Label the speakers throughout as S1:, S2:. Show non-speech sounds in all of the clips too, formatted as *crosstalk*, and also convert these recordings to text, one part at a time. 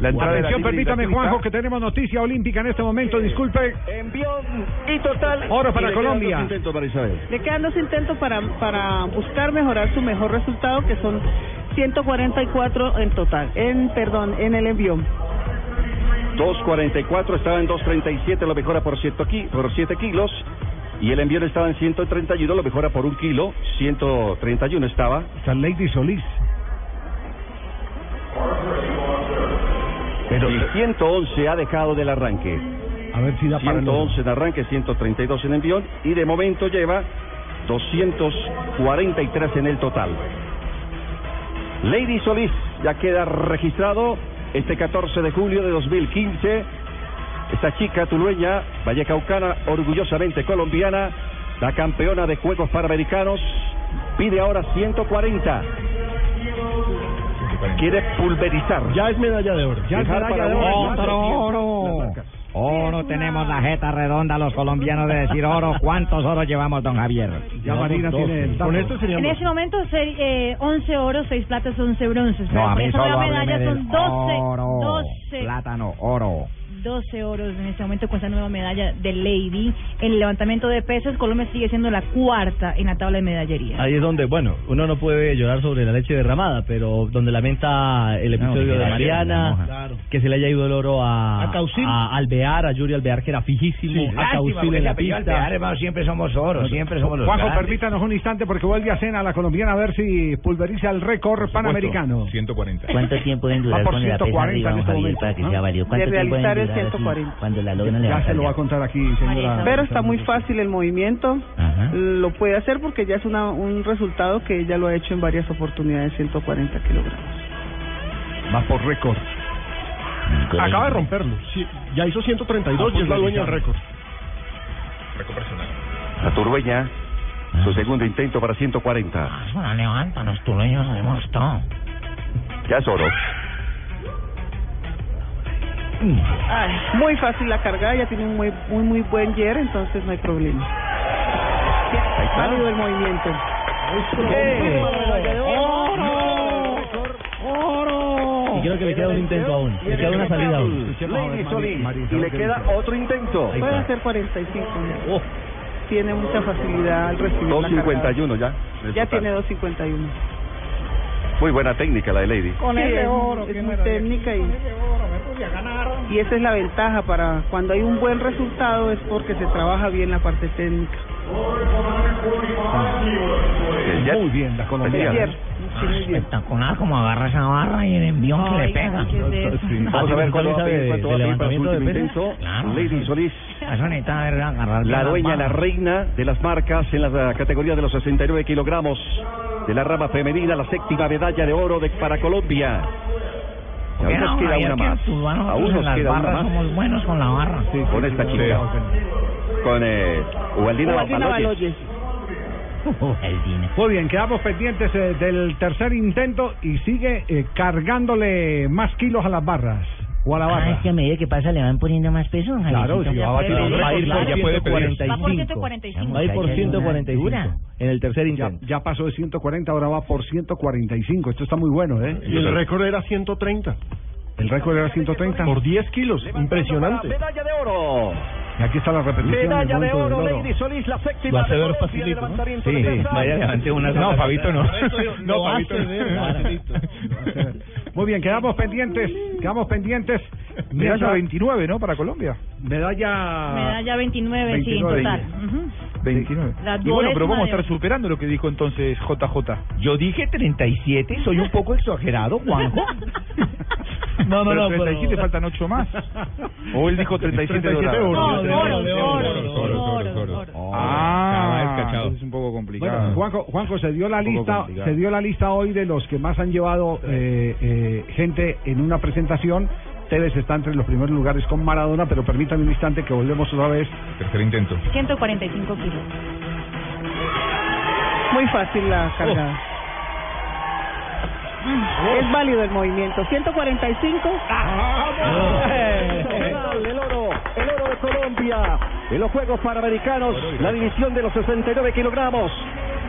S1: La entrada de la
S2: Atención,
S1: liga
S2: permítame,
S1: gratuita.
S2: Juanjo, que tenemos noticia olímpica en este momento. Disculpe.
S3: Envió Eh, y total.
S2: Oro
S1: Y
S2: para
S1: le quedan
S2: Colombia.
S1: dos intentos para Isabel.
S4: Le quedan dos intentos para, para buscar mejorar su mejor resultado, que son 144 en total, en perdón, en el envío.
S3: 2.44, estaba en 2.37, lo mejora por 7 ki- por siete kilos. Y el envío estaba en 131, lo mejora por un kilo. 131 estaba.
S2: San Lady Solís.
S3: Pero... Y 111 ha dejado del arranque.
S2: A ver si da para el otro.
S3: 111 en arranque, 132 en envión. Y de momento lleva 243 en el total. Lady Solís ya queda registrado este 14 de julio de 2015. Esta chica tulueña, vallecaucana, orgullosamente colombiana, la campeona de Juegos Panamericanos, pide ahora 140. Quiere pulverizar.
S5: Ya es medalla de oro.
S2: Ya es
S3: Dejar
S2: medalla
S3: para
S2: de
S3: uno
S2: oro.
S3: más el
S6: Otro
S3: tiempo,
S6: oro.
S3: las marcas.
S6: Oro, tenemos la jeta redonda los colombianos de decir oro. ¿Cuántos oros llevamos, don Javier?
S2: Ya Marina tiene el dato.
S5: Con esto
S7: En
S5: seríamos
S7: ese momento, se- eh, 11 oros, 6 platas, 11 bronces.
S6: No,
S7: Pero
S6: a
S7: por
S6: mí
S7: esa
S6: solo
S7: nueva
S6: hábleme
S7: medalla
S6: del
S7: son 12,
S6: oro.
S7: 12,
S6: Plátano, oro.
S7: 12 oros en este momento con esa nueva medalla de Lady. En el levantamiento de pesos, Colombia sigue siendo la cuarta en la tabla de medallería.
S5: Ahí es donde, bueno, uno no puede llorar sobre la leche derramada, pero donde lamenta el
S6: No,
S5: episodio
S6: que
S5: de
S6: la
S5: Mariana,
S6: moja.
S5: Claro. que se le haya ido el oro a,
S2: A Causil.
S5: a Alvear, a Yuri Alvear, que era fijísimo, a Causil en la pista.
S6: siempre somos oro, siempre somos
S2: Juanjo, permítanos un instante porque vuelve a cena la colombiana a ver si pulveriza el récord panamericano.
S1: 140.
S8: *laughs* ¿Cuánto tiempo deben
S2: Va
S8: durar
S2: por
S8: con la pesa
S2: 140
S8: arriba,
S2: en
S8: don Javier,
S2: este momento,
S8: para que
S2: ¿no?
S8: sea válido? ¿Cuánto
S4: De
S8: tiempo deben
S4: realizar el
S8: durar así
S4: 140.
S8: cuando la logran
S2: Ya se
S8: levantar
S2: lo va a
S8: ya?
S2: contar aquí, señora.
S4: Pero está muy fácil el movimiento.
S8: Ajá.
S4: Lo puede hacer porque ya es una- un resultado que ella lo ha hecho en varias oportunidades, 140 kilogramos.
S2: Va por récord.
S8: Correcto.
S5: Acaba de romperlo. Sí, ya hizo 132 y es la dueña del récord.
S3: La turbeña, su segundo intento para 140.
S8: Bueno, levántanos, tú lo hemos todo.
S3: Ya es oro.
S4: Muy fácil la carga, ella tiene un muy, muy, muy buen yer, entonces no hay problema. Válido el movimiento.
S5: Y creo que le queda un intento aún. Le queda una salida aún.
S3: Lady Solís. Y le queda otro intento.
S4: Puede hacer 45. ya.
S5: Oh,
S4: Tiene mucha facilidad al recibir la carga.
S3: 2.51 ya.
S4: Ya tiene 251.
S3: Muy buena técnica la de Lady.
S4: Con es, es muy técnica y, y esa es la ventaja para cuando hay un buen resultado es porque se trabaja bien la parte técnica.
S3: El jet.
S2: Muy bien, la
S4: El
S2: colombiana.
S4: yer, sí, muy
S8: Ah,
S4: bien.
S8: Espectacular como agarra esa barra y el envión que le pega.
S3: Vamos a ver cuál va a pedir, cuánto va a pedir para su
S5: levantamiento de
S3: último
S5: pesas.
S3: intento.
S8: Claro.
S3: Lady Solís.
S8: Eso necesita ver agarrar
S3: La
S8: bien
S3: dueña, la
S8: barras.
S3: reina de las marcas en la categoría de los 69 kilogramos de la rama femenina, la séptima medalla de oro de, para Colombia. Y aún
S8: Mira,
S3: nos queda
S8: Javier,
S3: una
S8: que
S3: más.
S8: tú, bueno,
S3: Aún
S8: en
S3: nos
S8: las
S3: queda una
S8: barras
S3: más.
S8: somos buenos con la barra.
S3: Con esta chica. Con eh, Ubaldina
S4: Ubaldina
S3: Baloyes.
S4: Baloyes.
S2: Oh.
S8: El dinero.
S2: Muy bien, quedamos pendientes eh, del tercer intento y sigue eh, cargándole más kilos a las barras o a la
S8: Ah,
S2: barra.
S8: es que a medida que pasa le van poniendo más peso, don
S2: Claro,
S8: Javiercito.
S2: si va a batir
S7: puede
S2: un
S7: pedir,
S2: récord,
S5: va a ir
S2: claro.
S5: por
S2: Ya puede pedir.
S5: 145.
S7: Va por 145.
S5: Va a ir
S8: Muchacha, es
S5: por
S8: una
S5: 145
S8: dura.
S5: en el tercer
S2: Ya,
S5: intento.
S2: ya pasó de 140, ahora va por 145. Esto está muy bueno, ¿eh?
S5: Y el récord era 130.
S2: El récord era 130.
S5: Por 10 kilos. Impresionante.
S3: Medalla de oro.
S2: Y aquí está la repetición. del
S3: Medalla de
S2: momento del
S3: oro,
S2: oro.
S3: Lady Solís, la
S5: Lo
S3: séptima.
S5: hace
S3: de
S5: ver
S3: Colombia de
S5: facilito, ¿no?
S3: levantamiento
S5: Sí,
S3: de pesas.
S5: vaya, levante una sola.
S6: No, Fabito no.
S2: Muy bien, quedamos pendientes. Quedamos pendientes.
S1: Medalla
S2: Medalla,
S1: 29, ¿no? Para Colombia.
S2: medalla,
S5: ah,
S7: Medalla 29, sí, en
S2: 29.
S7: total. Ujú.
S1: 29.
S7: La
S1: Y bueno, pero
S7: duodécima
S1: vamos a
S7: de
S1: estar
S7: oro.
S1: superando lo que dijo entonces JJ.
S6: Yo dije 37, soy un poco exagerado, Juanjo.
S5: No, no, no,
S1: pero 37
S5: pero-
S1: faltan
S5: *laughs*
S1: 8 más. O él dijo 37
S5: 37
S1: doradas.
S5: euros. Oro,
S7: *laughs* No,
S5: oro, *laughs* oro,
S7: oros, oros,
S5: oro, Oh,
S7: oros, oros.
S1: Ah, entonces es un poco complicado.
S2: Bueno, Juanjo, Juanjo, se dio la
S1: Un poco
S2: lista,
S1: complicado.
S2: se dio la lista hoy de los que más han llevado eh, eh, gente en una presentación. Tevez está entre los primeros lugares con Maradona, pero permítanme un instante que volvemos otra vez.
S1: Tercer intento.
S7: 145 kilos.
S4: Muy fácil la cargada. Es válido el movimiento. 145.
S1: Ah.
S3: *laughs* El oro, el oro de Colombia. En los Juegos Panamericanos, la división de los 69 kilogramos.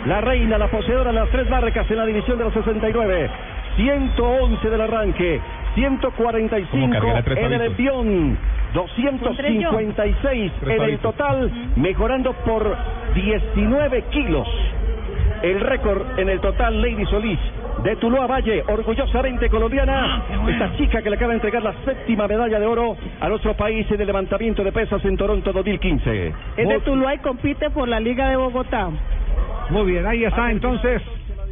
S3: La reina, la poseedora de las tres marcas en la división de los 69. 111 del arranque.
S1: Como
S3: 145
S1: cargar a tres
S3: en el
S1: palitos.
S3: envión,
S7: Son tres yo.
S3: 256
S1: Tres
S3: en el
S1: palitos.
S3: total, mejorando por 19 kilos. El récord en el total, Lady Solís, de Tuluá Valle, orgullosamente colombiana. Esta chica que le acaba de entregar la séptima medalla de oro a nuestro país en el levantamiento de pesas en Toronto 2015.
S4: Es de Tuluá y compite por la Liga de Bogotá.
S2: Muy bien, ahí está entonces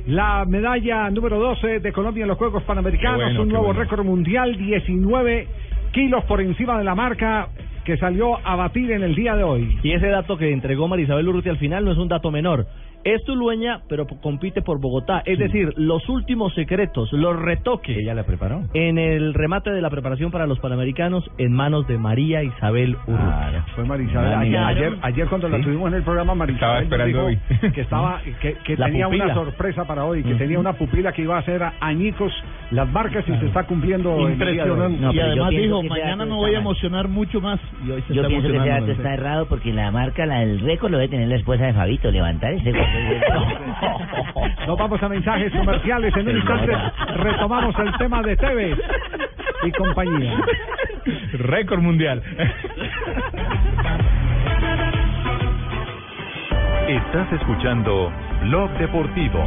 S2: la medalla número 12 de Colombia en los Juegos Panamericanos,
S1: Qué bueno,
S2: un
S1: qué
S2: nuevo
S1: bueno.
S2: récord mundial, 19 kilos por encima de la marca que salió a batir en el día de hoy.
S5: Y ese dato que entregó Marisabel Urruti al final no es un dato menor. Es tulueña, pero p- compite por Bogotá. Es decir, los últimos secretos, los retoques. Ella la preparó. En el remate de la preparación para los Panamericanos en manos de María Isabel Urruti.
S2: Fue Marisabel. Ayer,
S5: Claro.
S2: ayer, ayer cuando la tuvimos en el programa,
S1: Estaba
S2: Marisabel nos
S1: esperando
S2: dijo
S1: hoy.
S2: que estaba que, que
S5: La
S2: tenía una
S5: pupila.
S2: sorpresa para hoy, que tenía una pupila que iba a hacer a añicos las marcas y se está cumpliendo. en el día de hoy.
S8: No,
S9: y
S8: pero yo
S9: además
S8: pienso
S9: dijo,
S8: que ese
S9: mañana
S8: dato está
S9: me voy a
S8: mal".
S9: emocionar mucho más. Y hoy se
S8: Yo
S9: está
S8: pienso que ese
S9: emocionando.
S8: dato
S2: ¿eh?
S8: está errado porque la marca, la del récord, lo debe tener la esposa de Fabito. Levantar
S2: *laughs*
S8: ese
S2: *laughs* Nos vamos a mensajes comerciales. En un instante retomamos el tema de Tevez y compañía.
S1: *laughs* Récord mundial. Estás escuchando Blog Deportivo.